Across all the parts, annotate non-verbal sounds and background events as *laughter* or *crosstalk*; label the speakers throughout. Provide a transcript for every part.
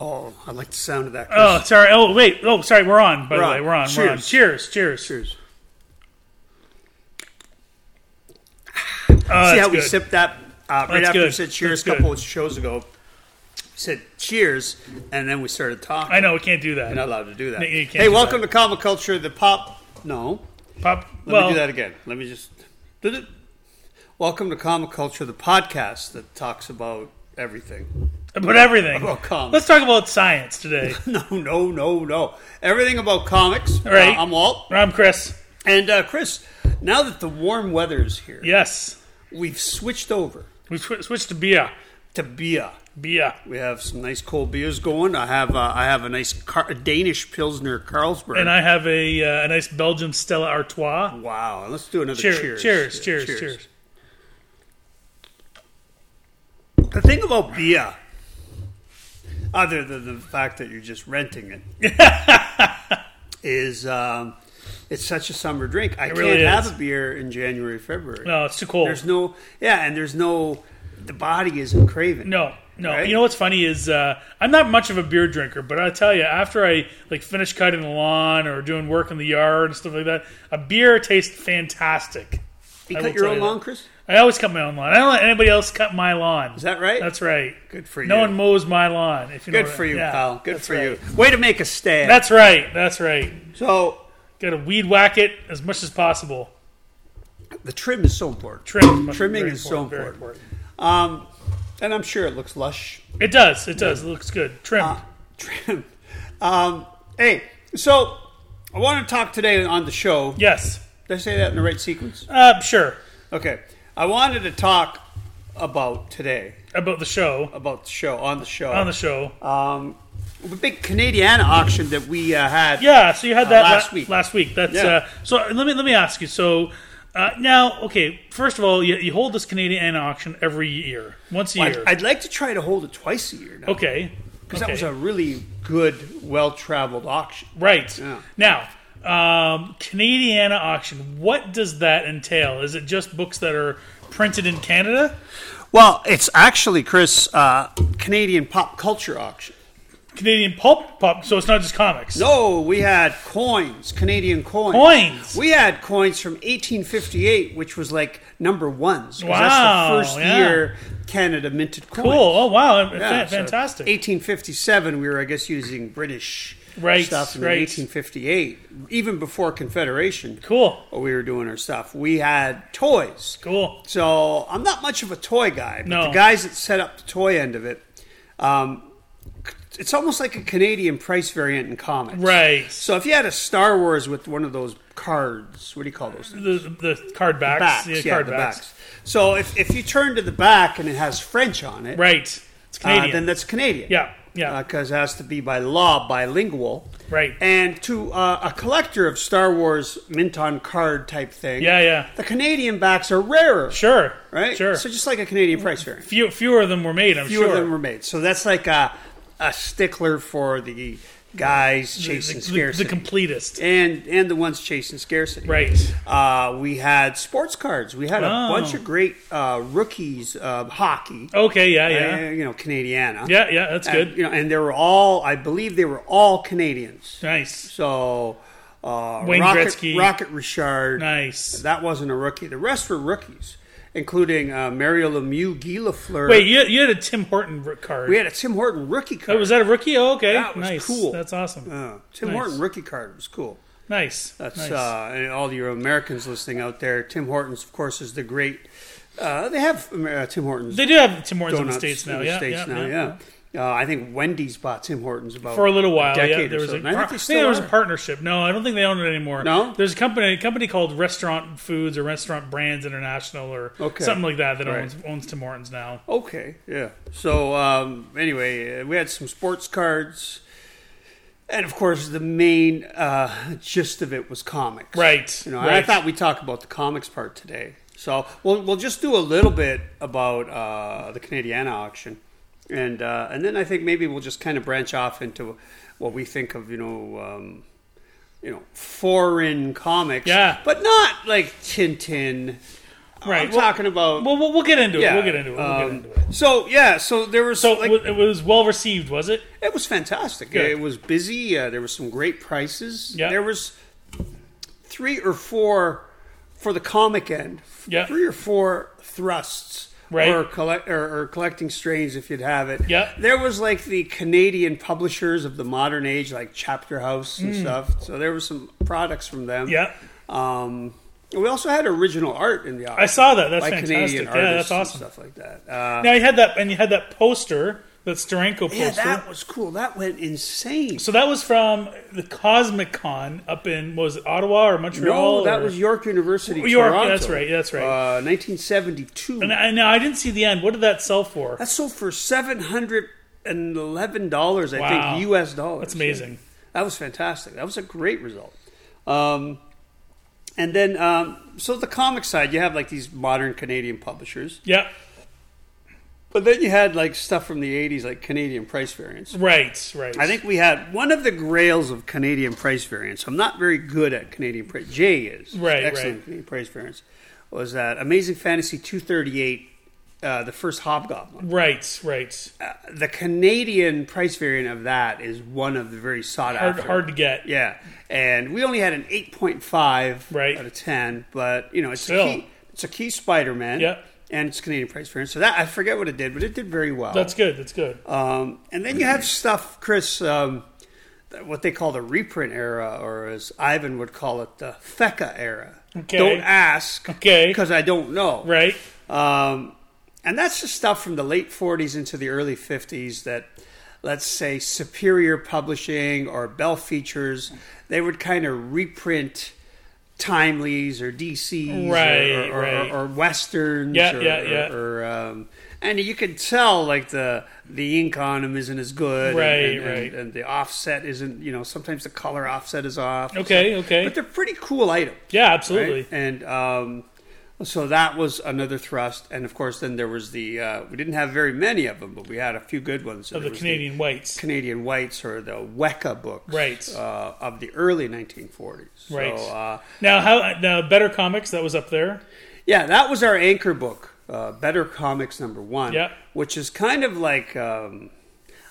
Speaker 1: I like the sound of that.
Speaker 2: Oh, sorry. Oh, wait. Oh, sorry. We're on. By
Speaker 1: We're
Speaker 2: the
Speaker 1: on.
Speaker 2: way, we're on. We're on. Cheers. Cheers.
Speaker 1: Cheers.
Speaker 2: Oh,
Speaker 1: See
Speaker 2: that's
Speaker 1: how we
Speaker 2: good.
Speaker 1: sipped that uh, right
Speaker 2: That's
Speaker 1: after we
Speaker 2: good.
Speaker 1: said cheers a
Speaker 2: That's
Speaker 1: couple
Speaker 2: good.
Speaker 1: of shows ago. We said cheers, and then we started talking.
Speaker 2: I know we can't do
Speaker 1: You're not
Speaker 2: that.
Speaker 1: allowed to do that.
Speaker 2: No, you can't
Speaker 1: hey,
Speaker 2: do
Speaker 1: welcome to Comic Culture, the pop. No,
Speaker 2: Pop.
Speaker 1: let
Speaker 2: well,
Speaker 1: me do that again. Let me just. Did it. Welcome to Comic Culture, the podcast that talks about everything.
Speaker 2: but everything.
Speaker 1: About comics.
Speaker 2: Let's talk about science today.
Speaker 1: *laughs* No, no, no, no. Everything about comics.
Speaker 2: Right.
Speaker 1: Uh, I'm Walt.
Speaker 2: I'm Chris.
Speaker 1: And uh, Chris, now that the warm weather is here,
Speaker 2: Yes,
Speaker 1: we've switched over
Speaker 2: we sw- switched to beer.
Speaker 1: to beer.
Speaker 2: Beer.
Speaker 1: We have some nice cold beers going. I have uh, I have a nice Car- Danish Pilsner Carlsberg.
Speaker 2: And I have a, uh, a nice Belgium Stella Artois.
Speaker 1: wow, let's do another
Speaker 2: Cheers.
Speaker 1: cheers.
Speaker 2: Cheers. Cheers.
Speaker 1: Yeah,
Speaker 2: Cheers.
Speaker 1: The thing about beer, other than the fact that you're just renting it,
Speaker 2: *laughs*
Speaker 1: is um, it's such a summer drink. I can't
Speaker 2: really
Speaker 1: have
Speaker 2: is.
Speaker 1: a beer in January, February.
Speaker 2: No, it's too cold.
Speaker 1: There's no yeah, and there's no the body isn't craving.
Speaker 2: No, no.
Speaker 1: Right?
Speaker 2: You know what's funny is uh, I'm not much of a beer drinker, but I tell you, after I like finish cutting the lawn or doing work in the yard and stuff like that, a beer tastes fantastic.
Speaker 1: you
Speaker 2: I
Speaker 1: cut
Speaker 2: will
Speaker 1: your
Speaker 2: tell
Speaker 1: own
Speaker 2: you
Speaker 1: lawn, Chris.
Speaker 2: I always cut my own lawn. I don't let anybody else cut my lawn.
Speaker 1: Is that right?
Speaker 2: That's right.
Speaker 1: Good for
Speaker 2: No
Speaker 1: you.
Speaker 2: one mows my lawn. If you know
Speaker 1: Good
Speaker 2: what I-
Speaker 1: for you,
Speaker 2: yeah,
Speaker 1: pal. Good
Speaker 2: that's
Speaker 1: for
Speaker 2: right.
Speaker 1: you. Way to make a stand.
Speaker 2: That's right. That's right.
Speaker 1: so
Speaker 2: Got to weed whack it as much as possible.
Speaker 1: the trim is so important.
Speaker 2: Trim. must be
Speaker 1: Trimming
Speaker 2: very
Speaker 1: is so
Speaker 2: very
Speaker 1: important. Um, and I'm sure it looks lush. Ah,
Speaker 2: It does. It does. It looks good. Trim.
Speaker 1: Uh. *laughs* Trim. Um, hey, so I want to talk today on the show.
Speaker 2: yes.
Speaker 1: Did I say that in the right sequence?
Speaker 2: Uh, sure.
Speaker 1: Okay. I wanted to talk about today,
Speaker 2: About the show.
Speaker 1: about the show, on the show.
Speaker 2: On the show.
Speaker 1: um, the big Canadiana auction that we uh, had.
Speaker 2: Yeah, so you had that
Speaker 1: last
Speaker 2: last
Speaker 1: week.
Speaker 2: week. Last week. That's
Speaker 1: Yeah.
Speaker 2: uh, so. Let me let me ask you. So uh, now, okay. First of all, you, you hold this Canadian auction every year, once a
Speaker 1: I'd,
Speaker 2: year.
Speaker 1: I'd like to try to hold it twice a year now.
Speaker 2: okay,
Speaker 1: Because that
Speaker 2: okay.
Speaker 1: was a really good, well traveled auction.
Speaker 2: right
Speaker 1: Yeah.
Speaker 2: now. Um, Canadiana auction. What does that entail? Is it just books that are printed in Canada?
Speaker 1: Well, it's actually, Chris, uh, Canadian pop culture auction.
Speaker 2: Canadian pulp pop. So it's not just comics.
Speaker 1: No, we had coins, Canadian coins.
Speaker 2: Coins.
Speaker 1: We had coins from 1858, which was like number ones. 'cause
Speaker 2: Wow,
Speaker 1: That's the first
Speaker 2: yeah.
Speaker 1: year Canada minted coins.
Speaker 2: Cool. Oh wow!
Speaker 1: Yeah,
Speaker 2: Fa-
Speaker 1: so
Speaker 2: fantastic.
Speaker 1: 1857, we were, I guess, using British
Speaker 2: Right,
Speaker 1: stuff. And
Speaker 2: right.
Speaker 1: in 1858, even before Confederation,
Speaker 2: cool.
Speaker 1: we were doing our stuff. We had toys.
Speaker 2: Cool.
Speaker 1: So I'm not much of a toy guy, but
Speaker 2: No.
Speaker 1: the guys that set up the toy end of it, um, c- it's almost like a Canadian price variant in comics.
Speaker 2: Right.
Speaker 1: So if you had a Star Wars with one of those cards, what do you call those? Things?
Speaker 2: The the card backs.
Speaker 1: Backs,
Speaker 2: Yeah,
Speaker 1: yeah,
Speaker 2: card
Speaker 1: the
Speaker 2: backs.
Speaker 1: backs. So if, if you turn to the back and it has French on it,
Speaker 2: Right. It's Canadian.
Speaker 1: uh, then that's Canadian.
Speaker 2: Yeah, yeah.
Speaker 1: Because it has to be by law bilingual.
Speaker 2: Right.
Speaker 1: And to uh, a collector of Star Wars mint on card type thing,
Speaker 2: yeah, yeah.
Speaker 1: the Canadian backs are rarer.
Speaker 2: Sure.
Speaker 1: Right?
Speaker 2: Sure.
Speaker 1: So just like a Canadian price variant.
Speaker 2: Few, fewer of them were made, I'm
Speaker 1: Few
Speaker 2: sure.
Speaker 1: of them were made. So that's like a, a stickler for the guys chasing
Speaker 2: the, the,
Speaker 1: scarcity.
Speaker 2: the completest.
Speaker 1: and and the ones chasing scarcity.
Speaker 2: Right. Oh.
Speaker 1: Uh, we had sports cards. We had a
Speaker 2: Wow.
Speaker 1: bunch of great uh, rookies of hockey.
Speaker 2: Okay, Oh, yeah, yeah.
Speaker 1: uh, you know, Canadiana.
Speaker 2: yeah, yeah, that's
Speaker 1: And,
Speaker 2: good.
Speaker 1: you know, and they were all, I believe, they were all Canadians.
Speaker 2: Nice.
Speaker 1: So, uh,
Speaker 2: Wayne
Speaker 1: Rocket,
Speaker 2: Gretzky.
Speaker 1: Rocket Richard.
Speaker 2: Nice.
Speaker 1: That wasn't a rookie. The rest were rookies, including uh, Mario Lemieux, Guy Lafleur.
Speaker 2: Wait, you, you had a Tim Horton r- card.
Speaker 1: we had a Tim Horton rookie
Speaker 2: Oh,
Speaker 1: card.
Speaker 2: was that a rookie? Oh, okay.
Speaker 1: That was
Speaker 2: nice.
Speaker 1: cool.
Speaker 2: That's awesome.
Speaker 1: Uh, Tim
Speaker 2: Nice.
Speaker 1: Horton rookie card was cool.
Speaker 2: nice.
Speaker 1: That's
Speaker 2: nice.
Speaker 1: uh, and all your Americans listening out there. Tim Hortons, of course, is the great. Uh, they have uh, Tim Hortons
Speaker 2: they do have Tim Hortons in the
Speaker 1: donuts
Speaker 2: States now.
Speaker 1: in the
Speaker 2: yeah,
Speaker 1: States
Speaker 2: yeah,
Speaker 1: now, yeah. Uh, I think Wendy's bought Tim Hortons about
Speaker 2: For a little while,
Speaker 1: decade
Speaker 2: yeah, there
Speaker 1: or
Speaker 2: was
Speaker 1: so.
Speaker 2: a,
Speaker 1: And I think
Speaker 2: I
Speaker 1: they
Speaker 2: think
Speaker 1: still
Speaker 2: there was a
Speaker 1: are.
Speaker 2: partnership. No, I don't think they own it anymore.
Speaker 1: No?
Speaker 2: there's a company a company called Restaurant Foods or Restaurant Brands International or
Speaker 1: Okay.
Speaker 2: something like that that
Speaker 1: Right.
Speaker 2: owns owns Tim Hortons now.
Speaker 1: Okay, yeah. So um, anyway, uh, we had some sports cards, and of course, the main uh, gist of it was comics,
Speaker 2: Right.
Speaker 1: You know, and
Speaker 2: right.
Speaker 1: I thought we'd talk about the comics part today. So we'll we'll just do a little bit about uh, the Canadiana auction, and uh, and then I think maybe we'll just kind of branch off into what we think of you know. Um, you know, foreign comics,
Speaker 2: Yeah.
Speaker 1: but not like Tintin
Speaker 2: Right,
Speaker 1: I'm
Speaker 2: well-
Speaker 1: talking about.
Speaker 2: Well, we'll, we'll get into it.
Speaker 1: yeah,
Speaker 2: We'll get into it. We'll
Speaker 1: um,
Speaker 2: get into it.
Speaker 1: So yeah, so there was
Speaker 2: So
Speaker 1: like,
Speaker 2: it wa- it was well received, was it?
Speaker 1: It was fantastic.
Speaker 2: Good.
Speaker 1: It was busy. Uh, there were some great prices.
Speaker 2: Yeah.
Speaker 1: There was three or four for the comic end. f-
Speaker 2: Yeah.
Speaker 1: Three or four thrusts.
Speaker 2: Right.
Speaker 1: Or, collect, or, or collecting strains if you'd have it.
Speaker 2: Yeah.
Speaker 1: There was like the Canadian publishers of the modern age, like Chapter House and stuff. So there were some products from them.
Speaker 2: Mm. Yeah.
Speaker 1: Um, and we also had original art in the auction.
Speaker 2: I saw that. That's
Speaker 1: by
Speaker 2: fantastic.
Speaker 1: Canadian
Speaker 2: yeah,
Speaker 1: artists
Speaker 2: that's awesome.
Speaker 1: and stuff like that. Uh,
Speaker 2: Now you had that, and you had that poster, that Steranko poster.
Speaker 1: yeah, that was cool. That went insane.
Speaker 2: so that was from the Cosmic Con up in what was it Ottawa or Montreal?
Speaker 1: No, that
Speaker 2: or-
Speaker 1: was York University.
Speaker 2: York, yeah,
Speaker 1: Toronto.
Speaker 2: that's right, that's right.
Speaker 1: Uh, 1972.
Speaker 2: And I, now I didn't see the end. What did that sell for?
Speaker 1: that sold for seven hundred and eleven dollars. I
Speaker 2: Wow.
Speaker 1: think U.S. dollars.
Speaker 2: That's amazing.
Speaker 1: That was fantastic. That was a great result. Um, and then, um, so the comic side, you have like these modern Canadian publishers,
Speaker 2: Yeah,
Speaker 1: but then you had like stuff from the '80s, like Canadian price variants.
Speaker 2: right, right.
Speaker 1: I think we had one of the grails of Canadian price variance. I'm not very good at Canadian price. Jay is
Speaker 2: Right,
Speaker 1: excellent
Speaker 2: right.
Speaker 1: at Canadian price variance. Was that Amazing Fantasy 238, uh, the first Hobgoblin?
Speaker 2: right, right.
Speaker 1: Uh, the Canadian price variant of that is one of the very sought
Speaker 2: Hard,
Speaker 1: after.
Speaker 2: hard to get.
Speaker 1: Yeah, and we only had an 8.5
Speaker 2: Right.
Speaker 1: out of 10, but you know it's
Speaker 2: Still.
Speaker 1: a key, it's a key Spider-Man.
Speaker 2: Yeah.
Speaker 1: And it's Canadian price variance, so that I forget what it did, but it did very well.
Speaker 2: That's good. That's good.
Speaker 1: Um, and then you have stuff, Chris, um, that- what they call the reprint era, or as Ivan would call it, the FECA era.
Speaker 2: Okay.
Speaker 1: Don't ask.
Speaker 2: Okay.
Speaker 1: Because I don't know.
Speaker 2: right.
Speaker 1: Um, and that's the stuff from the late 40s into the early 50s that, let's say, Superior Publishing or Bell Features, they would kind of reprint timelies or DCs or-
Speaker 2: Right,
Speaker 1: or, or,
Speaker 2: right.
Speaker 1: or westerns
Speaker 2: Yeah,
Speaker 1: or,
Speaker 2: yeah, yeah.
Speaker 1: or, or, um, and you could tell like the the ink on them isn't as good and-
Speaker 2: Right,
Speaker 1: and, and,
Speaker 2: right.
Speaker 1: and the offset isn't you know sometimes the color offset is off
Speaker 2: Okay, okay.
Speaker 1: but they're pretty cool items
Speaker 2: Yeah,
Speaker 1: right?
Speaker 2: absolutely.
Speaker 1: And um, so that was another thrust. And of course, then there was the uh, we didn't have very many of them, but we had a few good ones.
Speaker 2: Of the Canadian whites.
Speaker 1: Canadian Whites or the Weka books,
Speaker 2: Right.
Speaker 1: Uh, of the early 1940s, So,
Speaker 2: Right.
Speaker 1: uh,
Speaker 2: Now, how now? Better comics that was up there.
Speaker 1: yeah, that was our anchor book, uh, Better Comics number one,
Speaker 2: Yeah.
Speaker 1: which is kind of like. Um,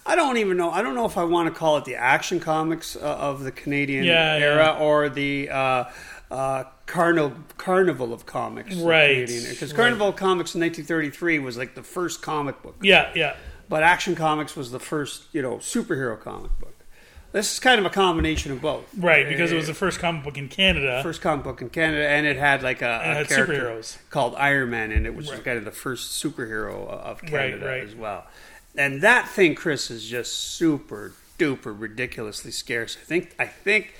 Speaker 1: I don't even know. I don't know if I want to call it the action comics uh, of the Canadian
Speaker 2: Yeah,
Speaker 1: era or the uh, uh, carnival carnival of comics,
Speaker 2: Right,
Speaker 1: Because
Speaker 2: right.
Speaker 1: Carnival of Comics in 1933 was like the first comic book,
Speaker 2: Yeah, yeah.
Speaker 1: but Action Comics was the first, you know, superhero comic book. This is kind of a combination of both,
Speaker 2: Right, because it was the first comic book in Canada.
Speaker 1: first comic book in Canada, and it had like a,
Speaker 2: it
Speaker 1: a
Speaker 2: had
Speaker 1: character
Speaker 2: superheroes.
Speaker 1: called Iron Man in it, which was kind of the first superhero of Canada
Speaker 2: right.
Speaker 1: as well. And that thing, Chris, is just super duper ridiculously scarce. I think I think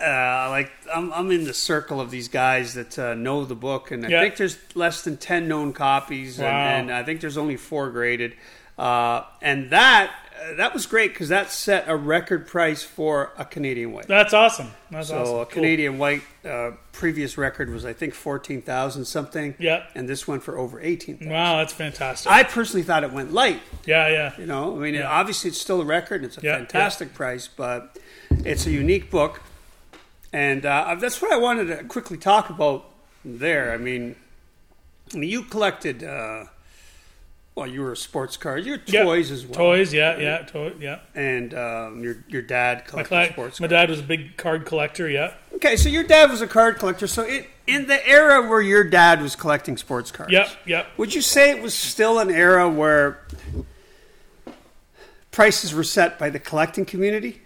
Speaker 1: uh, like I'm, I'm in the circle of these guys that uh, know the book, and I
Speaker 2: Yeah.
Speaker 1: think there's less than ten known copies,
Speaker 2: Wow.
Speaker 1: and, and I think there's only four graded. Uh, and that uh, that was great because that set a record price for a Canadian way.
Speaker 2: That's awesome. That's
Speaker 1: So
Speaker 2: awesome.
Speaker 1: a
Speaker 2: Cool.
Speaker 1: Canadian white uh, previous record was I think fourteen thousand something.
Speaker 2: Yeah.
Speaker 1: and this went for over eighteen.
Speaker 2: Wow, that's fantastic.
Speaker 1: I personally thought it went light.
Speaker 2: yeah, yeah.
Speaker 1: You know, I mean, it,
Speaker 2: Yeah.
Speaker 1: obviously it's still a record and it's a
Speaker 2: Yeah,
Speaker 1: fantastic price, but it's a unique book, and uh, that's what I wanted to quickly talk about there. I mean, I mean, you collected. Uh, well, you were a sports car. You
Speaker 2: Yeah.
Speaker 1: were toys as well.
Speaker 2: Toys, yeah, yeah, toy, yeah.
Speaker 1: And um, your your dad
Speaker 2: My,
Speaker 1: collected
Speaker 2: cla-
Speaker 1: sports
Speaker 2: my
Speaker 1: cars.
Speaker 2: dad was a big card collector, yeah.
Speaker 1: Okay, so your dad was a card collector. So it, in the era where your dad was collecting sports cards,
Speaker 2: Yep, yep.
Speaker 1: would you say it was still an era where prices were set by the collecting community,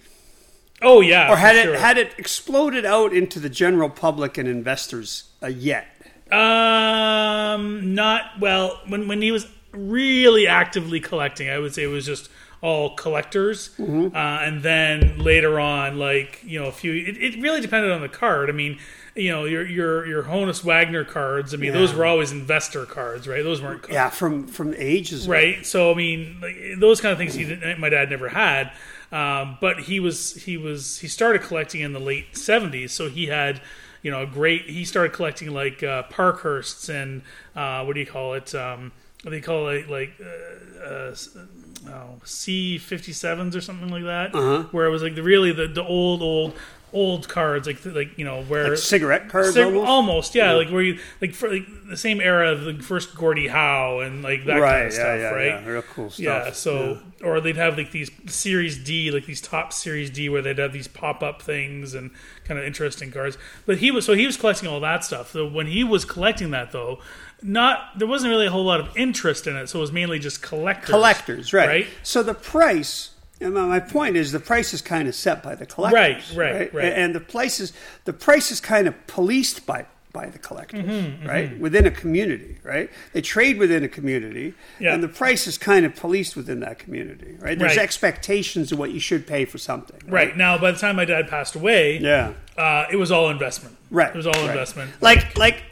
Speaker 2: Oh, yeah.
Speaker 1: or had
Speaker 2: for
Speaker 1: it
Speaker 2: sure.
Speaker 1: had it exploded out into the general public and investors uh, yet?
Speaker 2: Um, not well. When when he was really actively collecting, I would say it was just all collectors. Uh, and then later on, like you know, a few. It, it really depended on the card. I mean, you know, your your your Honus Wagner cards. I mean, those were always investor cards, right? Those weren't
Speaker 1: Yeah, from from ages. ago.
Speaker 2: right? So I mean, like, those kind of things he didn't, my dad never had. Um, but he was he was he started collecting in the late '70s, so he had you know a great. He started collecting like uh, Parkhursts and uh, what do you call it? Um, what do you call it? Like uh, oh, C fifty sevens or something like that, where it was like the really the, the old old old cards, like like you know where
Speaker 1: Like cigarette cards
Speaker 2: Sig-
Speaker 1: almost?
Speaker 2: yeah, like where you like for like the same era of the first Gordie Howe and like that
Speaker 1: right,
Speaker 2: kind of stuff,
Speaker 1: yeah, yeah,
Speaker 2: right?
Speaker 1: yeah. Real cool stuff.
Speaker 2: Yeah, so or they'd have like these series D, like these top series D where they'd have these pop up things and kind of interesting cards. But he was so he was collecting all that stuff. So when he was collecting that though, not there wasn't really a whole lot of interest in it, so it was mainly just collectors.
Speaker 1: collectors, right.
Speaker 2: Right?
Speaker 1: So the price, and my my point is the price is kind of set by the collectors.
Speaker 2: Right, right, right.
Speaker 1: And- And the places, the price is kind of policed by by the collectors,
Speaker 2: Mm-hmm,
Speaker 1: right? Within a community, right? They trade within a community,
Speaker 2: Yeah.
Speaker 1: and the price is kind of policed within that community, right? There's
Speaker 2: Right.
Speaker 1: expectations of what you should pay for something.
Speaker 2: Right. Now by the time my dad passed away,
Speaker 1: Yeah.
Speaker 2: uh, it was all investment.
Speaker 1: Right.
Speaker 2: It was all
Speaker 1: right.
Speaker 2: investment.
Speaker 1: Like like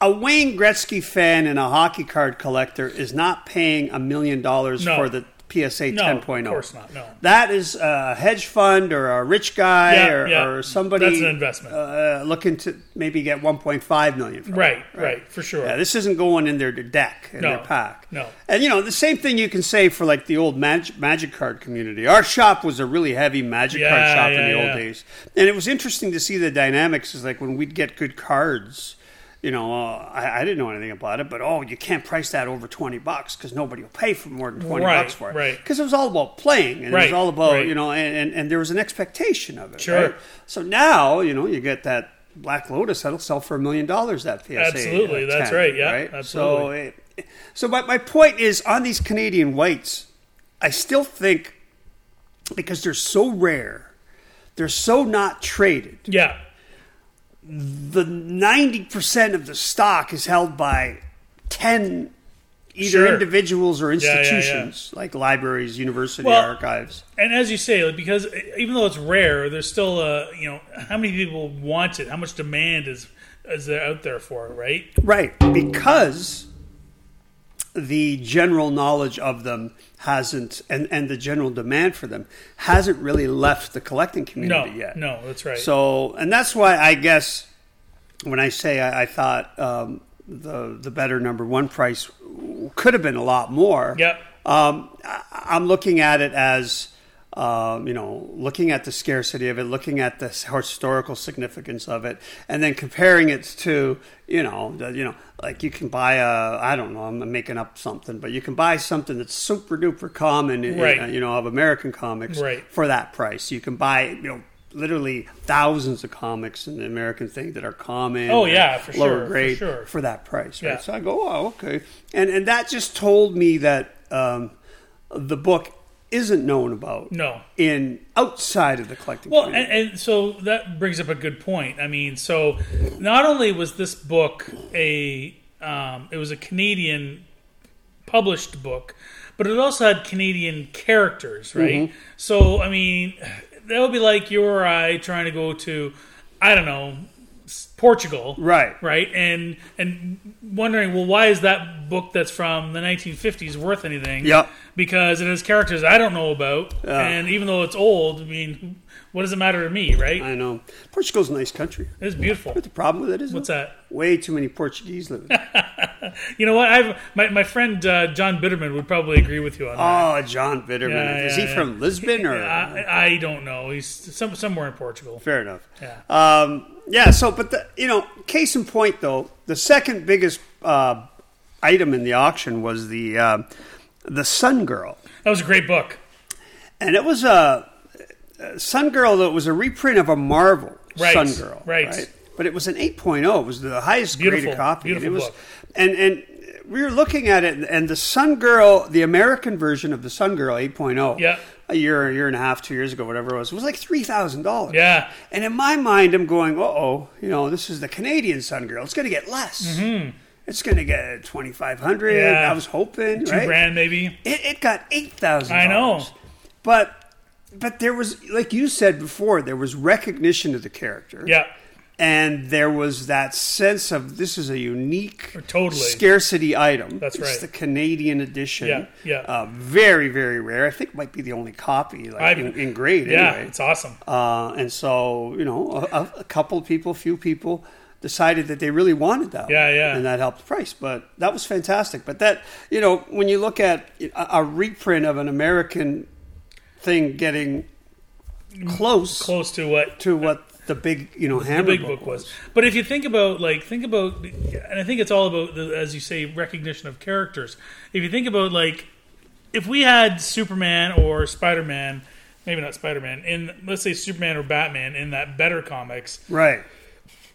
Speaker 1: a Wayne Gretzky fan and a hockey card collector is not paying a million dollars
Speaker 2: No.
Speaker 1: for the PSA
Speaker 2: No,
Speaker 1: 10.0.
Speaker 2: of course not. No.
Speaker 1: That is a hedge fund or a rich guy
Speaker 2: Yeah,
Speaker 1: or,
Speaker 2: yeah.
Speaker 1: or somebody
Speaker 2: That's an investment.
Speaker 1: uh, looking to maybe get 1.5 million. From it.
Speaker 2: Right, right, for sure.
Speaker 1: Yeah, this isn't going in their deck in
Speaker 2: No,
Speaker 1: their pack.
Speaker 2: no.
Speaker 1: and you know the same thing you can say for like the old mag- magic card community. Our shop was a really heavy magic card
Speaker 2: Yeah,
Speaker 1: shop
Speaker 2: yeah,
Speaker 1: in the
Speaker 2: yeah.
Speaker 1: old days, and it was interesting to see the dynamics. Is like when we'd get good cards. You know, uh, I, I didn't know anything about it, but oh, you can't price that over twenty bucks because nobody will pay for more than twenty
Speaker 2: Right,
Speaker 1: bucks for it.
Speaker 2: right.
Speaker 1: Because it was all about playing, and it was
Speaker 2: Right,
Speaker 1: all about
Speaker 2: right.
Speaker 1: you know, and, and and there was an expectation of it.
Speaker 2: Sure.
Speaker 1: right? So now you know you get that Black Lotus that'll sell for a million dollars that PSA.
Speaker 2: Absolutely,
Speaker 1: uh,
Speaker 2: that's
Speaker 1: 10,
Speaker 2: right, yeah,
Speaker 1: So,
Speaker 2: absolutely.
Speaker 1: it, so my, my point is on these Canadian whites, I still think because they're so rare, they're so not traded.
Speaker 2: yeah.
Speaker 1: The ninety percent of the stock is held by ten either
Speaker 2: Sure.
Speaker 1: individuals or
Speaker 2: yeah, yeah.
Speaker 1: institutions like libraries, university
Speaker 2: Well,
Speaker 1: archives.
Speaker 2: And as you say, like, because even though it's rare, there's still uh, you know how many people want it, how much demand is is there out there for it, right?
Speaker 1: Right, because the general knowledge of them hasn't, and, and the general demand for them hasn't really left the collecting
Speaker 2: No,
Speaker 1: community yet.
Speaker 2: no, that's right.
Speaker 1: So, and that's why I guess when I say I, I thought um, the the better number one price could have been a lot more.
Speaker 2: Yep.
Speaker 1: Um, I, I'm looking at it as. Um, you know, looking at the scarcity of it, looking at the historical significance of it, and then comparing it to, you know, the, you know, like you can buy a, I don't know, I'm making up something, but you can buy something that's super duper common, in-
Speaker 2: Right.
Speaker 1: you know, of American comics
Speaker 2: Right.
Speaker 1: for that price. You can buy, you know, literally thousands of comics in the American thing that are common.
Speaker 2: Oh,
Speaker 1: or
Speaker 2: yeah, for
Speaker 1: lower
Speaker 2: sure, for
Speaker 1: grade
Speaker 2: sure.
Speaker 1: for that price. Right.
Speaker 2: Yeah.
Speaker 1: So I go, oh, okay, and and that just told me that um, the book isn't known about
Speaker 2: No.
Speaker 1: in outside of the collecting.
Speaker 2: Well, and,
Speaker 1: community.
Speaker 2: and so that brings up a good point. I mean, so not only was this book a um, it was a Canadian published book, but it also had Canadian characters,
Speaker 1: Mm-hmm.
Speaker 2: right? So I mean, that would be like you or I trying to go to I don't know s- Portugal,
Speaker 1: Right.
Speaker 2: Right, and and wondering, well, why is that book that's from the 1950s worth anything?
Speaker 1: Yep.
Speaker 2: because it has characters I don't know about, and even though it's old, I mean, what does it matter to me, right?
Speaker 1: I know Portugal's a nice country.
Speaker 2: It's beautiful.
Speaker 1: The problem with it is
Speaker 2: What's that?
Speaker 1: Way too many Portuguese living.
Speaker 2: *laughs*
Speaker 1: there.
Speaker 2: You know what? I've my, my friend uh, John Bitterman would probably agree with you on that.
Speaker 1: oh, John Bitterman.
Speaker 2: Yeah,
Speaker 1: is
Speaker 2: yeah,
Speaker 1: he
Speaker 2: yeah.
Speaker 1: from Lisbon
Speaker 2: *laughs*
Speaker 1: or?
Speaker 2: I, I don't know. He's some, somewhere in Portugal.
Speaker 1: Fair enough.
Speaker 2: Yeah.
Speaker 1: Um, yeah. So, but the, you know, case in point, though, the second biggest uh, item in the auction was the um the Sun Girl,
Speaker 2: That was a great book.
Speaker 1: and it was a, a Sun Girl that was a reprint of a Marvel
Speaker 2: Right,
Speaker 1: Sun Girl,
Speaker 2: right.
Speaker 1: But it was an 8.0. It was the highest
Speaker 2: Beautiful,
Speaker 1: graded copy. and
Speaker 2: beautiful
Speaker 1: it was,
Speaker 2: book.
Speaker 1: and and we were looking at it, and the Sun Girl, the American version of the Sun Girl 8.0,
Speaker 2: Yeah.
Speaker 1: a year, a year and a half, two years ago, whatever it was, was like three thousand dollars.
Speaker 2: Yeah.
Speaker 1: And in my mind, I'm going, uh oh, you know, this is the Canadian Sun Girl. It's going to get less. It's going to get 2500
Speaker 2: Mm-hmm. Yeah.
Speaker 1: I was hoping,
Speaker 2: Two
Speaker 1: right?
Speaker 2: grand maybe.
Speaker 1: It, it got 8000
Speaker 2: I know.
Speaker 1: But but there was, like you said before, there was recognition of the character.
Speaker 2: Yeah.
Speaker 1: And there was that sense of this is a unique
Speaker 2: Totally.
Speaker 1: scarcity item.
Speaker 2: That's
Speaker 1: It's
Speaker 2: right.
Speaker 1: the Canadian edition.
Speaker 2: Yeah, yeah.
Speaker 1: Uh, very, very rare. I think it might be the only copy like,
Speaker 2: I've-
Speaker 1: in, in grade.
Speaker 2: Yeah,
Speaker 1: anyway.
Speaker 2: it's awesome.
Speaker 1: Uh, and so, you know, a- a, a couple people, few people decided that they really wanted that.
Speaker 2: Yeah,
Speaker 1: one,
Speaker 2: yeah.
Speaker 1: And that helped the price. But that was fantastic. But that, you know, when you look at a, a reprint of an American thing getting close,
Speaker 2: Close to what
Speaker 1: to what the big you know
Speaker 2: the
Speaker 1: hammer
Speaker 2: big book was. But if you think about like think about, and I think it's all about the, as you say recognition of characters. If you think about like if we had Superman or Spider Man, maybe not Spider Man, in let's say Superman or Batman in that better comics,
Speaker 1: right.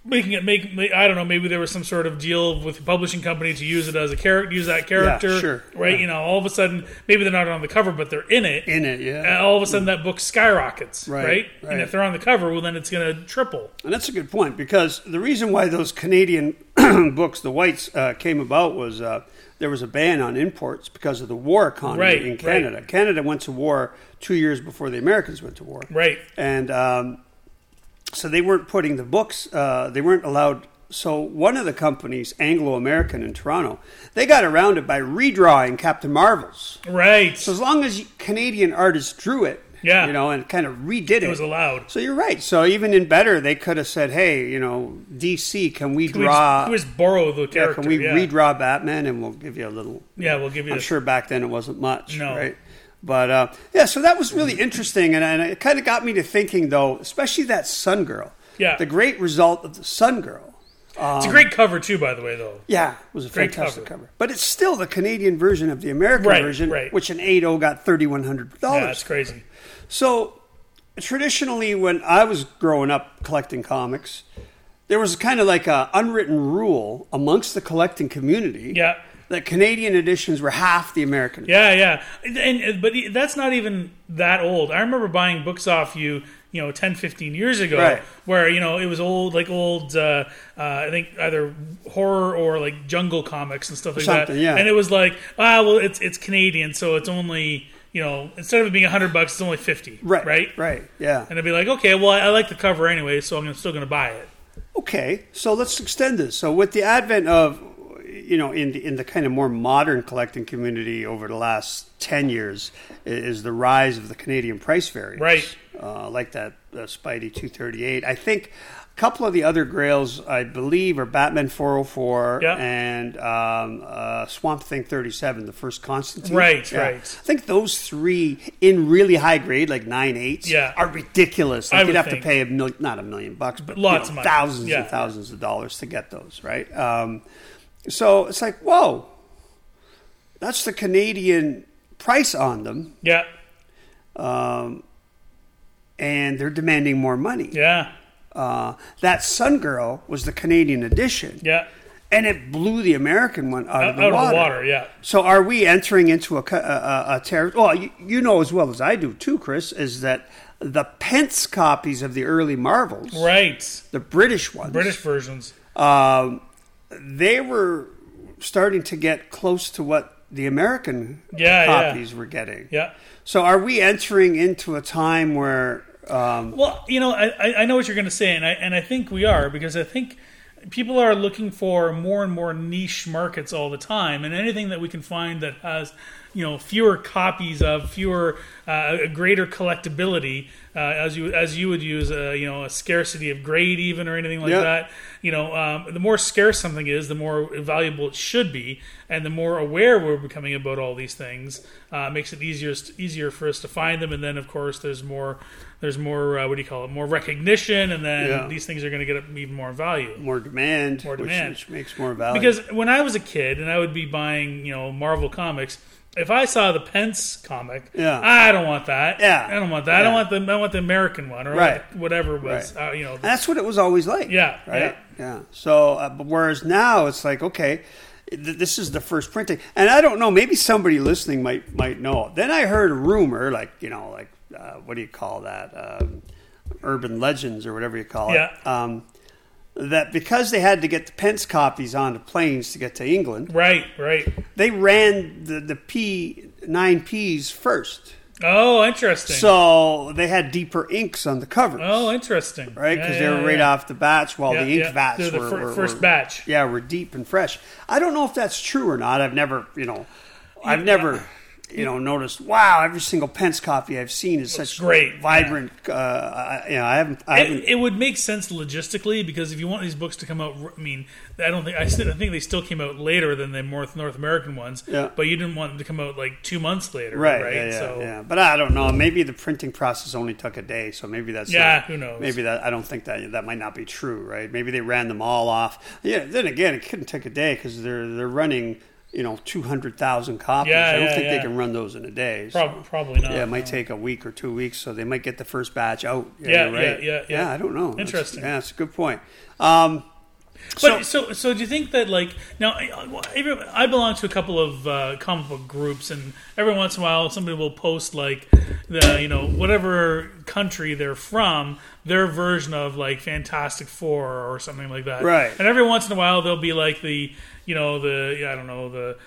Speaker 2: making it make ma- I don't know maybe there was some sort of deal with the publishing company to use it as a character, use that character,
Speaker 1: sure.
Speaker 2: right?
Speaker 1: Yeah.
Speaker 2: You know, all of a sudden maybe they're not on the cover, but they're in it.
Speaker 1: In it, yeah.
Speaker 2: and all of a sudden, that book skyrockets,
Speaker 1: Right,
Speaker 2: right?
Speaker 1: right.
Speaker 2: And if they're on the cover, well, then it's going to triple.
Speaker 1: And that's a good point because the reason why those Canadian *clears throat* books, the whites, uh, came about was uh, there was a ban on imports because of the war economy
Speaker 2: Right,
Speaker 1: in
Speaker 2: right.
Speaker 1: Canada. Canada went to war two years before the Americans went to war.
Speaker 2: Right.
Speaker 1: And um, so they weren't putting the books, uh, they weren't allowed. So one of the companies, Anglo American in Toronto, they got around it by redrawing Captain Marvel's.
Speaker 2: Right.
Speaker 1: So as long as Canadian artists drew it,
Speaker 2: Yeah.
Speaker 1: you know, and kind of redid it,
Speaker 2: it was allowed.
Speaker 1: so you're right. So even in better, they could have said, "Hey, you know, DC, can we
Speaker 2: We just,
Speaker 1: draw?
Speaker 2: we just borrow the
Speaker 1: yeah,
Speaker 2: character.
Speaker 1: can we
Speaker 2: yeah.
Speaker 1: redraw Batman, and we'll give you a little."
Speaker 2: Yeah, we'll give you.
Speaker 1: I'm
Speaker 2: this.
Speaker 1: sure back then it wasn't much,
Speaker 2: No.
Speaker 1: right? But uh, yeah, so that was really interesting, and, and it kind of got me to thinking, though, especially that Sun Girl.
Speaker 2: Yeah.
Speaker 1: the great result of the Sun Girl.
Speaker 2: It's a great cover too, by the way, though.
Speaker 1: Yeah, it was a
Speaker 2: Great
Speaker 1: fantastic cover.
Speaker 2: cover.
Speaker 1: but it's still the Canadian version of the American
Speaker 2: Right,
Speaker 1: version,
Speaker 2: right.
Speaker 1: which an 8.0 got $3,100.
Speaker 2: Yeah, that's crazy.
Speaker 1: So traditionally, when I was growing up collecting comics, there was kind of like a unwritten rule amongst the collecting community
Speaker 2: Yeah.
Speaker 1: that Canadian editions were half the American.
Speaker 2: Yeah, yeah, and, and but that's not even that old. I remember buying books off you, you know, 10, 15 years ago,
Speaker 1: Right.
Speaker 2: where you know it was old, like old, uh, uh, I think either horror or like jungle comics and stuff like that.
Speaker 1: something, yeah.
Speaker 2: And it was like, ah, well, it's it's Canadian, so it's only you know instead of it being hundred bucks, it's only fifty,
Speaker 1: Right,
Speaker 2: Right.
Speaker 1: right, yeah.
Speaker 2: And I'd be like, okay, well, I, I like the cover anyway, so I'm still going to buy it.
Speaker 1: Okay, so let's extend this. So with the advent of, you know, in the, in the kind of more modern collecting community over the last ten years i- is the rise of the Canadian price variance,
Speaker 2: Right.
Speaker 1: Uh, like that uh, Spidey two thirty eight. I think a couple of the other Grails, I believe, are Batman four hundred four
Speaker 2: Yeah.
Speaker 1: and um, uh, Swamp Thing thirty seven, the first Constantine.
Speaker 2: Right, right.
Speaker 1: I think those three in really high grade, like nine eights,
Speaker 2: Yeah.
Speaker 1: are ridiculous. Like
Speaker 2: I
Speaker 1: you'd
Speaker 2: would
Speaker 1: have
Speaker 2: think.
Speaker 1: to pay a million, not a million bucks, but
Speaker 2: Lots
Speaker 1: you
Speaker 2: of
Speaker 1: know,
Speaker 2: money.
Speaker 1: thousands
Speaker 2: Yeah.
Speaker 1: and thousands of dollars to get those, right? Um, so it's like, whoa, that's the Canadian price on them, um,
Speaker 2: Yeah.
Speaker 1: and they're demanding more money.
Speaker 2: Yeah.
Speaker 1: Uh, that Sun Girl was the Canadian edition,
Speaker 2: Yeah.
Speaker 1: and it blew the American one out, of, the
Speaker 2: Out
Speaker 1: water.
Speaker 2: of the water. Yeah.
Speaker 1: So are we entering into a, co- a, a, a territory? Well, you, you know as well as I do too, Chris, is that the pence copies of the early Marvels,
Speaker 2: Right.
Speaker 1: the British ones,
Speaker 2: British versions.
Speaker 1: um, they were starting to get close to what the American
Speaker 2: Yeah, yeah.
Speaker 1: copies were getting.
Speaker 2: Yeah.
Speaker 1: So are we entering into a time where? Um,
Speaker 2: Well, you know, I, I- I know what you're going to say, and I and I think we are because I think people are looking for more and more niche markets all the time, and anything that we can find that has you know fewer copies of fewer uh, a greater collectability uh, as you as you would use a you know a scarcity of grade even or anything like
Speaker 1: Yeah.
Speaker 2: that you know um, the more scarce something is the more valuable it should be and the more aware we're becoming about all these things uh, makes it easier easier for us to find them and then of course there's more there's more uh, what do you call it more recognition and then
Speaker 1: Yeah.
Speaker 2: these things are going to get up even more value
Speaker 1: more demand,
Speaker 2: More
Speaker 1: which-
Speaker 2: demand.
Speaker 1: Which, makes more value.
Speaker 2: because when I was a kid and I would be buying you know Marvel comics if I saw the Pence comic
Speaker 1: Yeah.
Speaker 2: I don't want that
Speaker 1: Yeah.
Speaker 2: I don't want that I
Speaker 1: Yeah.
Speaker 2: don't want the I want the American one or I
Speaker 1: Right.
Speaker 2: want whatever it was uh, you know
Speaker 1: And that's what it was always like.
Speaker 2: Yeah,
Speaker 1: Right? Yeah. So, uh, but whereas now it's like, okay, th- this is the first printing. And I don't know, maybe somebody listening might might know. Then I heard a rumor, like, you know, like, uh, what do you call that? Um, urban legends or whatever you call
Speaker 2: Yeah.
Speaker 1: it. Um, that because they had to get the Pence copies on the planes to get to England,
Speaker 2: right right
Speaker 1: they ran the, the P nine Ps first.
Speaker 2: Oh, interesting.
Speaker 1: So they had deeper inks on the covers
Speaker 2: oh, interesting.
Speaker 1: right?
Speaker 2: Yeah,
Speaker 1: Because
Speaker 2: yeah,
Speaker 1: they were right
Speaker 2: yeah.
Speaker 1: off the batch, while
Speaker 2: Yeah,
Speaker 1: the ink
Speaker 2: yeah.
Speaker 1: vats
Speaker 2: They're the
Speaker 1: were,
Speaker 2: fir-
Speaker 1: were-
Speaker 2: first
Speaker 1: were-
Speaker 2: batch.
Speaker 1: Yeah, were deep and fresh. I don't know if that's true or not. I've never, you know, I've never you know, noticed. Wow, every single Pence copy I've seen is such
Speaker 2: great,
Speaker 1: vibrant. Uh, I, you know, I haven't. I haven't
Speaker 2: It, it would make sense logistically because if you want these books to come out, I mean, I don't think I, still, I think they still came out later than the North North American ones.
Speaker 1: Yeah.
Speaker 2: But you didn't want them to come out like two months later,
Speaker 1: right,
Speaker 2: right?
Speaker 1: Yeah, yeah,
Speaker 2: so
Speaker 1: yeah. But I don't know. Maybe the printing process only took a day, so maybe that's
Speaker 2: Yeah,
Speaker 1: not-
Speaker 2: who knows?
Speaker 1: Maybe that I don't think that that might not be true, right? Maybe they ran them all off. Yeah. Then again, it couldn't take a day because they're they're running you know two hundred thousand copies.
Speaker 2: Yeah,
Speaker 1: I don't
Speaker 2: yeah,
Speaker 1: think they
Speaker 2: yeah.
Speaker 1: can run those in a day. so-
Speaker 2: prob- probably not.
Speaker 1: yeah, it might take a week or two weeks, so they might get the first batch out.
Speaker 2: Yeah,
Speaker 1: you're right.
Speaker 2: yeah, yeah, yeah.
Speaker 1: I don't know. That's-
Speaker 2: Interesting.
Speaker 1: yeah, that's a good point. Um,
Speaker 2: But so, so, do you think that like now? I, I belong to a couple of uh, comic book groups, and every once in a while, somebody will post like the you know whatever country they're from, their version of like Fantastic Four or something like that.
Speaker 1: Right.
Speaker 2: And every once in a while, they'll be like the you know the I don't know the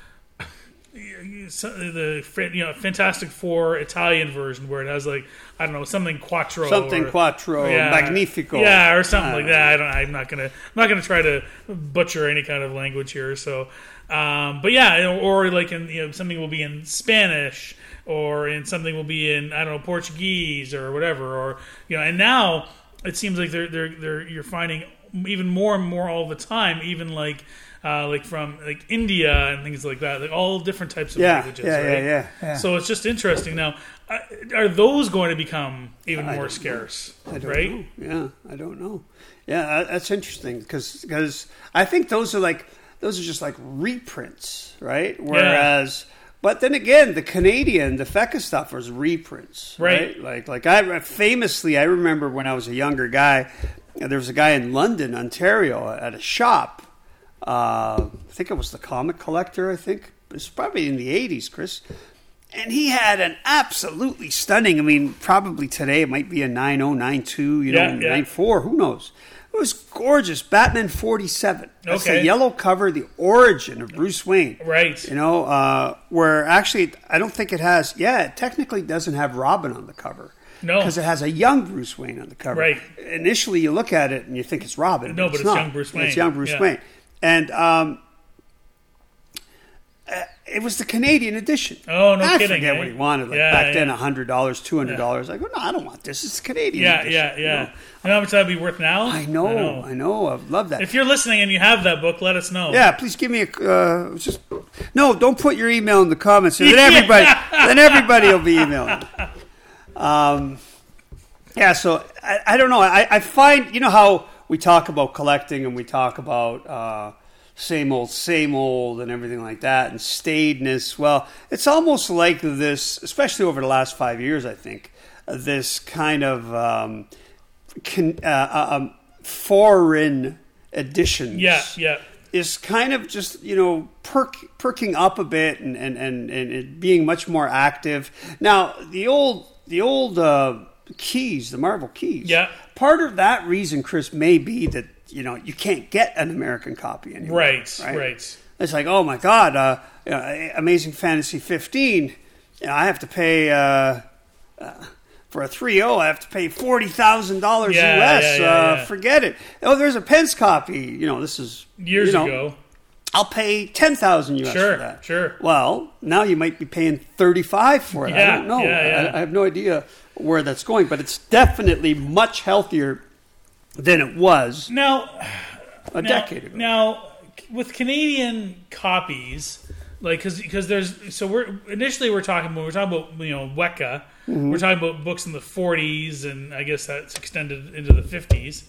Speaker 2: so- the you know Fantastic Four Italian version where it has like I don't know something quattro
Speaker 1: something
Speaker 2: or-
Speaker 1: quattro, magnifico.
Speaker 2: yeah, or something like
Speaker 1: Uh,
Speaker 2: that. I don't, I'm not gonna, I'm not gonna try to butcher any kind of language here. So, um, but yeah, or like in you know, something will be in Spanish, or in something will be in I don't know Portuguese or whatever, or you know. And now it seems like they're they're, they're you're finding even more and more all the time, even like. Uh, like from like India and things like that, like all different types of
Speaker 1: Yeah,
Speaker 2: languages.
Speaker 1: yeah, yeah,
Speaker 2: right?
Speaker 1: yeah, yeah.
Speaker 2: So it's just interesting. Now, uh, are those going to become even more scarce?
Speaker 1: I don't
Speaker 2: right?
Speaker 1: know. Yeah, I don't know. Yeah, that- that's interesting because I think those are like those are just like reprints, right? Whereas, but then again, the Canadian, the Fecka stuff was reprints, right?
Speaker 2: Right.
Speaker 1: Like like I famously I remember when I was a younger guy, there was a guy in London, Ontario, at a shop. Uh, I think it was the Comic Collector. I think it's probably in the '80s, Chris. And he had an absolutely stunning. I mean, probably today it might be a 9092, you know,
Speaker 2: Yeah, yeah.
Speaker 1: 94, who knows? It was gorgeous. Batman 47. That's the
Speaker 2: Okay.
Speaker 1: yellow cover, the origin of Bruce Wayne.
Speaker 2: Right.
Speaker 1: You know, uh, where actually, I don't think it has, yeah, it technically doesn't have Robin on the cover.
Speaker 2: No.
Speaker 1: Because it has a young Bruce Wayne on the cover.
Speaker 2: Right.
Speaker 1: Initially, you look at it and you think it's Robin.
Speaker 2: No, but it's
Speaker 1: not.
Speaker 2: young Bruce
Speaker 1: It's
Speaker 2: Wayne.
Speaker 1: young Bruce
Speaker 2: Yeah.
Speaker 1: Wayne. And um, uh, it was the Canadian edition.
Speaker 2: Oh, no
Speaker 1: I
Speaker 2: kidding,
Speaker 1: forget
Speaker 2: eh?
Speaker 1: what he wanted. Like
Speaker 2: Yeah,
Speaker 1: back then,
Speaker 2: yeah.
Speaker 1: $100, $200. I go, no, I don't want this. It's Canadian.
Speaker 2: Yeah,
Speaker 1: edition,
Speaker 2: yeah,
Speaker 1: you
Speaker 2: yeah.
Speaker 1: know?
Speaker 2: You know how much that'd be worth now?
Speaker 1: I know, I know, I love that.
Speaker 2: If you're listening and you have that book, let us know.
Speaker 1: yeah, please give me a uh, just no. Don't put your email in the comments. Then everybody, then everybody will be emailing. Um, yeah. So I, I don't know. I, I find you know how we talk about collecting and we talk about uh, same old, same old, and everything like that, and staidness. Well, it's almost like this, especially over the last five years. I think this kind of. Um, con, uh, uh, um, foreign additions
Speaker 2: Yeah, yeah.
Speaker 1: is kind of just you know perk, perking up a bit and and, and and it being much more active. Now the old the old uh, keys, the Marvel keys.
Speaker 2: Yeah.
Speaker 1: Part of that reason, Chris, may be that you know you can't get an American copy anymore.
Speaker 2: Right, right.
Speaker 1: It's like oh my god, uh, you know, Amazing Fantasy fifteen. You know, I have to pay. Uh, uh, for a 3-0, I have to pay forty thousand dollars
Speaker 2: Yeah,
Speaker 1: US.
Speaker 2: yeah, yeah,
Speaker 1: uh,
Speaker 2: yeah.
Speaker 1: Forget it. Oh, there's a Pence copy. You know, this is
Speaker 2: Years
Speaker 1: you know,
Speaker 2: ago.
Speaker 1: I'll pay ten thousand US
Speaker 2: Sure,
Speaker 1: for that.
Speaker 2: sure.
Speaker 1: Well, now you might be paying thirty five for it. I
Speaker 2: Yeah,
Speaker 1: don't know.
Speaker 2: yeah, yeah.
Speaker 1: I, I have no idea where that's going, but it's definitely much healthier than it was
Speaker 2: Now,
Speaker 1: a
Speaker 2: now,
Speaker 1: decade ago.
Speaker 2: Now, with Canadian copies, like because there's so we're initially we're talking when we're talking about you know Weka,
Speaker 1: Mm-hmm.
Speaker 2: we're talking about books in the 40s and I guess that's extended into the 50s.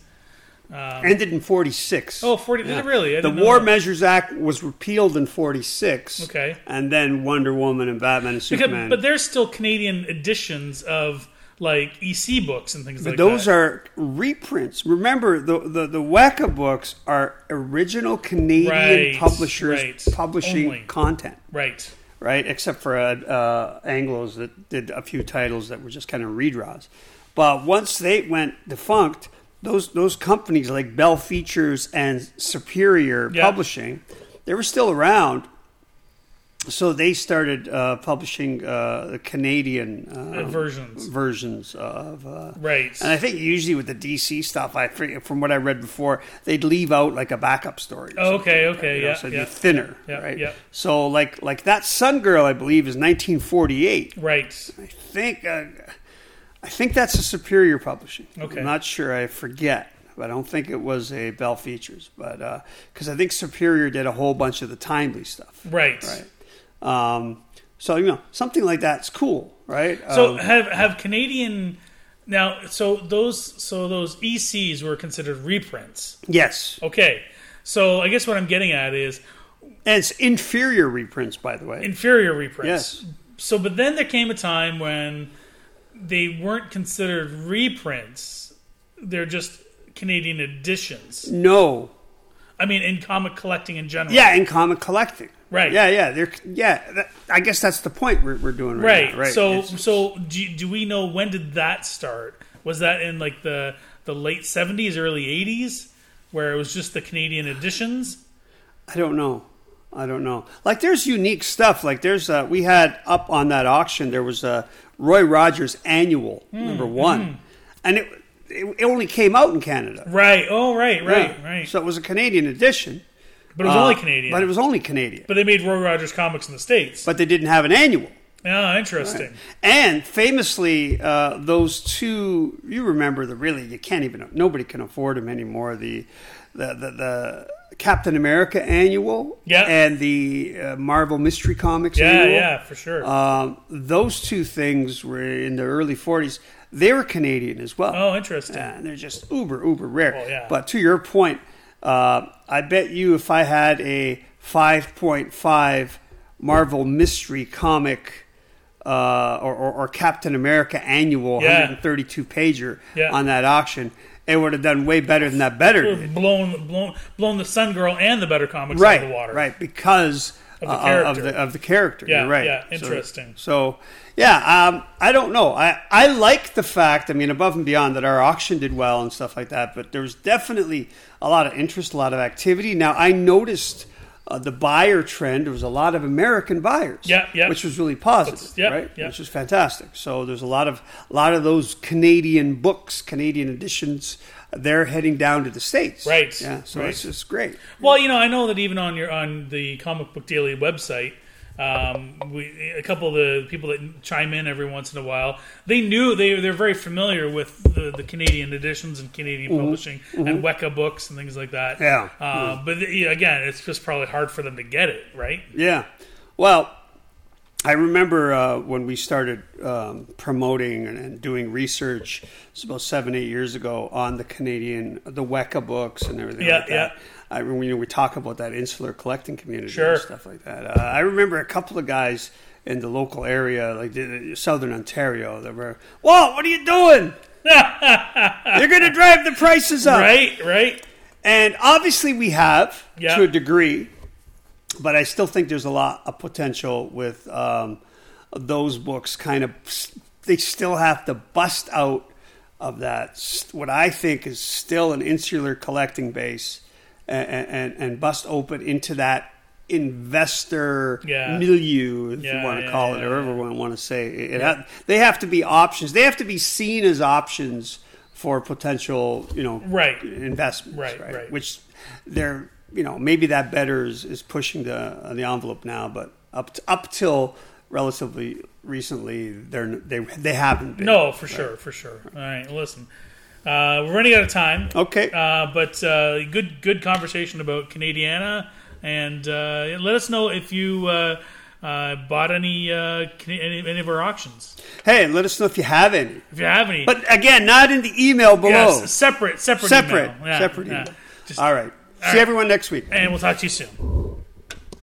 Speaker 1: Ended in forty six.
Speaker 2: Oh, 40 did it really? I
Speaker 1: The
Speaker 2: didn't know
Speaker 1: War
Speaker 2: that.
Speaker 1: Measures Act was repealed in forty six.
Speaker 2: Okay.
Speaker 1: And then Wonder Woman and Batman and
Speaker 2: Because-
Speaker 1: Superman.
Speaker 2: but there's still Canadian editions of like EC books and things like that.
Speaker 1: those are reprints. Remember, the, the, the Weka books are original Canadian
Speaker 2: Right,
Speaker 1: publishers
Speaker 2: right.
Speaker 1: publishing
Speaker 2: Only.
Speaker 1: content.
Speaker 2: right.
Speaker 1: right? Except for uh, uh, Anglos that did a few titles that were just kind of redraws. But once they went defunct, those those companies like Bell Features and Superior
Speaker 2: Yeah.
Speaker 1: Publishing, they were still around, so they started uh, publishing uh, the Canadian
Speaker 2: Uh,
Speaker 1: uh,
Speaker 2: versions.
Speaker 1: versions of. Uh,
Speaker 2: Right.
Speaker 1: and I think usually with the DC stuff, I fig- from what I read before, they'd leave out like a backup story. or
Speaker 2: Oh, okay,
Speaker 1: something,
Speaker 2: okay,
Speaker 1: you know,
Speaker 2: yeah,
Speaker 1: so it'd
Speaker 2: yeah.
Speaker 1: be thinner,
Speaker 2: Yeah,
Speaker 1: right?
Speaker 2: yeah.
Speaker 1: So like like that Sun Girl, I believe, is 1948.
Speaker 2: Right.
Speaker 1: I think uh, I think that's a Superior Publishing.
Speaker 2: Okay.
Speaker 1: I'm not sure. I forget. But I don't think it was a Bell Features, but because I think Superior did a whole bunch of the timely stuff.
Speaker 2: Right.
Speaker 1: Right. Um, so you know something like that's cool, right?
Speaker 2: So
Speaker 1: Um,
Speaker 2: have have Canadian now so those so those ECs were considered reprints.
Speaker 1: yes,
Speaker 2: Okay. So I guess what I'm getting at is
Speaker 1: and it's inferior reprints, by the way.
Speaker 2: inferior reprints.
Speaker 1: Yes.
Speaker 2: So but then there came a time when they weren't considered reprints. They're just Canadian editions.
Speaker 1: no,
Speaker 2: I mean in comic collecting in general.
Speaker 1: yeah, in comic collecting,
Speaker 2: Right.
Speaker 1: Yeah, yeah, they're yeah. That, I guess that's the point we're, we're doing right.
Speaker 2: Right.
Speaker 1: now, right.
Speaker 2: So
Speaker 1: It's-
Speaker 2: so do, do we know when did that start? Was that in like the the late 70s early 80s where it was just the Canadian editions?
Speaker 1: I don't know. I don't know. Like there's unique stuff. Like there's uh, we had up on that auction. There was a Roy Rogers annual
Speaker 2: Hmm,
Speaker 1: number one, and it, it it only came out in Canada.
Speaker 2: Right. Oh, right, right,
Speaker 1: Yeah.
Speaker 2: right.
Speaker 1: So it was a Canadian edition.
Speaker 2: but it was
Speaker 1: Uh,
Speaker 2: only Canadian.
Speaker 1: But
Speaker 2: But,
Speaker 1: it was only Canadian.
Speaker 2: they made Roy Rogers comics in the states.
Speaker 1: But they didn't have an annual.
Speaker 2: oh, interesting.
Speaker 1: And famously, uh, those two, you remember the really, you can't even, nobody can afford them anymore. The, the, the, the Captain America annual
Speaker 2: Yeah.
Speaker 1: and the uh, Marvel Mystery Comics
Speaker 2: Yeah,
Speaker 1: annual.
Speaker 2: yeah, for sure.
Speaker 1: Um, those two things were in the early 40s. They were Canadian as well.
Speaker 2: oh, interesting.
Speaker 1: Yeah, and they're just uber, uber rare.
Speaker 2: Oh, yeah.
Speaker 1: But to your point, uh, I bet you if I had a 5.5 Marvel mystery comic uh, or, or, or Captain America annual
Speaker 2: Yeah.
Speaker 1: 132 pager
Speaker 2: Yeah.
Speaker 1: on that auction, it would have done way better than that better did.
Speaker 2: Blown, blown, blown the Sun Girl and the Better Comics
Speaker 1: Right,
Speaker 2: out of the water.
Speaker 1: right, because
Speaker 2: Of the
Speaker 1: uh, of
Speaker 2: character.
Speaker 1: the of the character.
Speaker 2: Yeah,
Speaker 1: You're right.
Speaker 2: yeah,
Speaker 1: So-
Speaker 2: interesting.
Speaker 1: So, yeah, um, I don't know. I, I like the fact, I mean, above and beyond that our auction did well and stuff like that, but there was definitely a lot of interest, a lot of activity. Now, I noticed uh, the buyer trend. There was a lot of American buyers,
Speaker 2: Yeah, yeah.
Speaker 1: which was really positive,
Speaker 2: yeah,
Speaker 1: right?
Speaker 2: yeah.
Speaker 1: Which was fantastic. So there's a lot of a lot of those Canadian books, Canadian editions. They're heading down to the states,
Speaker 2: Right,
Speaker 1: Yeah, so
Speaker 2: right.
Speaker 1: it's just great.
Speaker 2: Well, you know, I know that even on your on the comic book daily website, um, we a couple of the people that chime in every once in a while, they knew they they're very familiar with the, the Canadian editions and Canadian publishing and Weka books and things like that.
Speaker 1: Yeah.
Speaker 2: Uh, But you know, again, it's just probably hard for them to get it right.
Speaker 1: Yeah. Well, I remember uh, when we started um, promoting and, and doing research. It's about seven, eight years ago on the Canadian, the Weka books and everything
Speaker 2: Yeah,
Speaker 1: like that. I remember you know, we talk about that insular collecting community
Speaker 2: Sure.
Speaker 1: and stuff like that. Uh, I remember a couple of guys in the local area, like the, southern Ontario, that were, "Whoa, what are you doing?
Speaker 2: *laughs*
Speaker 1: You're going to drive the prices up."
Speaker 2: Right. Right.
Speaker 1: And obviously, we have
Speaker 2: Yeah.
Speaker 1: to a degree, but I still think there's a lot of potential with um, those books. Kind of, they still have to bust out of that s- what I think is still an insular collecting base, and and, and bust open into that investor
Speaker 2: Yeah.
Speaker 1: milieu, if
Speaker 2: Yeah,
Speaker 1: you want to
Speaker 2: yeah,
Speaker 1: call it,
Speaker 2: yeah,
Speaker 1: or everyone want to say it. it ha- they have to be options. They have to be seen as options for potential, you know,
Speaker 2: Right.
Speaker 1: investments,
Speaker 2: Right, right.
Speaker 1: Which they're you know maybe that better is, is pushing the the envelope now, but up t up till relatively recently, they're n- they they haven't been.
Speaker 2: No, for sure. For sure. All right. Listen, uh, we're running out of time.
Speaker 1: Okay.
Speaker 2: Uh, but uh, good good conversation about Canadiana, and uh, let us know if you uh, uh, bought any, uh, Can- any any of our auctions.
Speaker 1: hey, let us know if you have any.
Speaker 2: If you have any,
Speaker 1: But again, not in the email below.
Speaker 2: yes, separate separate
Speaker 1: Separate,
Speaker 2: email. Yeah,
Speaker 1: separate.
Speaker 2: yeah.
Speaker 1: Email.
Speaker 2: Just-
Speaker 1: All right. See
Speaker 2: right.
Speaker 1: everyone next week.
Speaker 2: and we'll talk to you soon.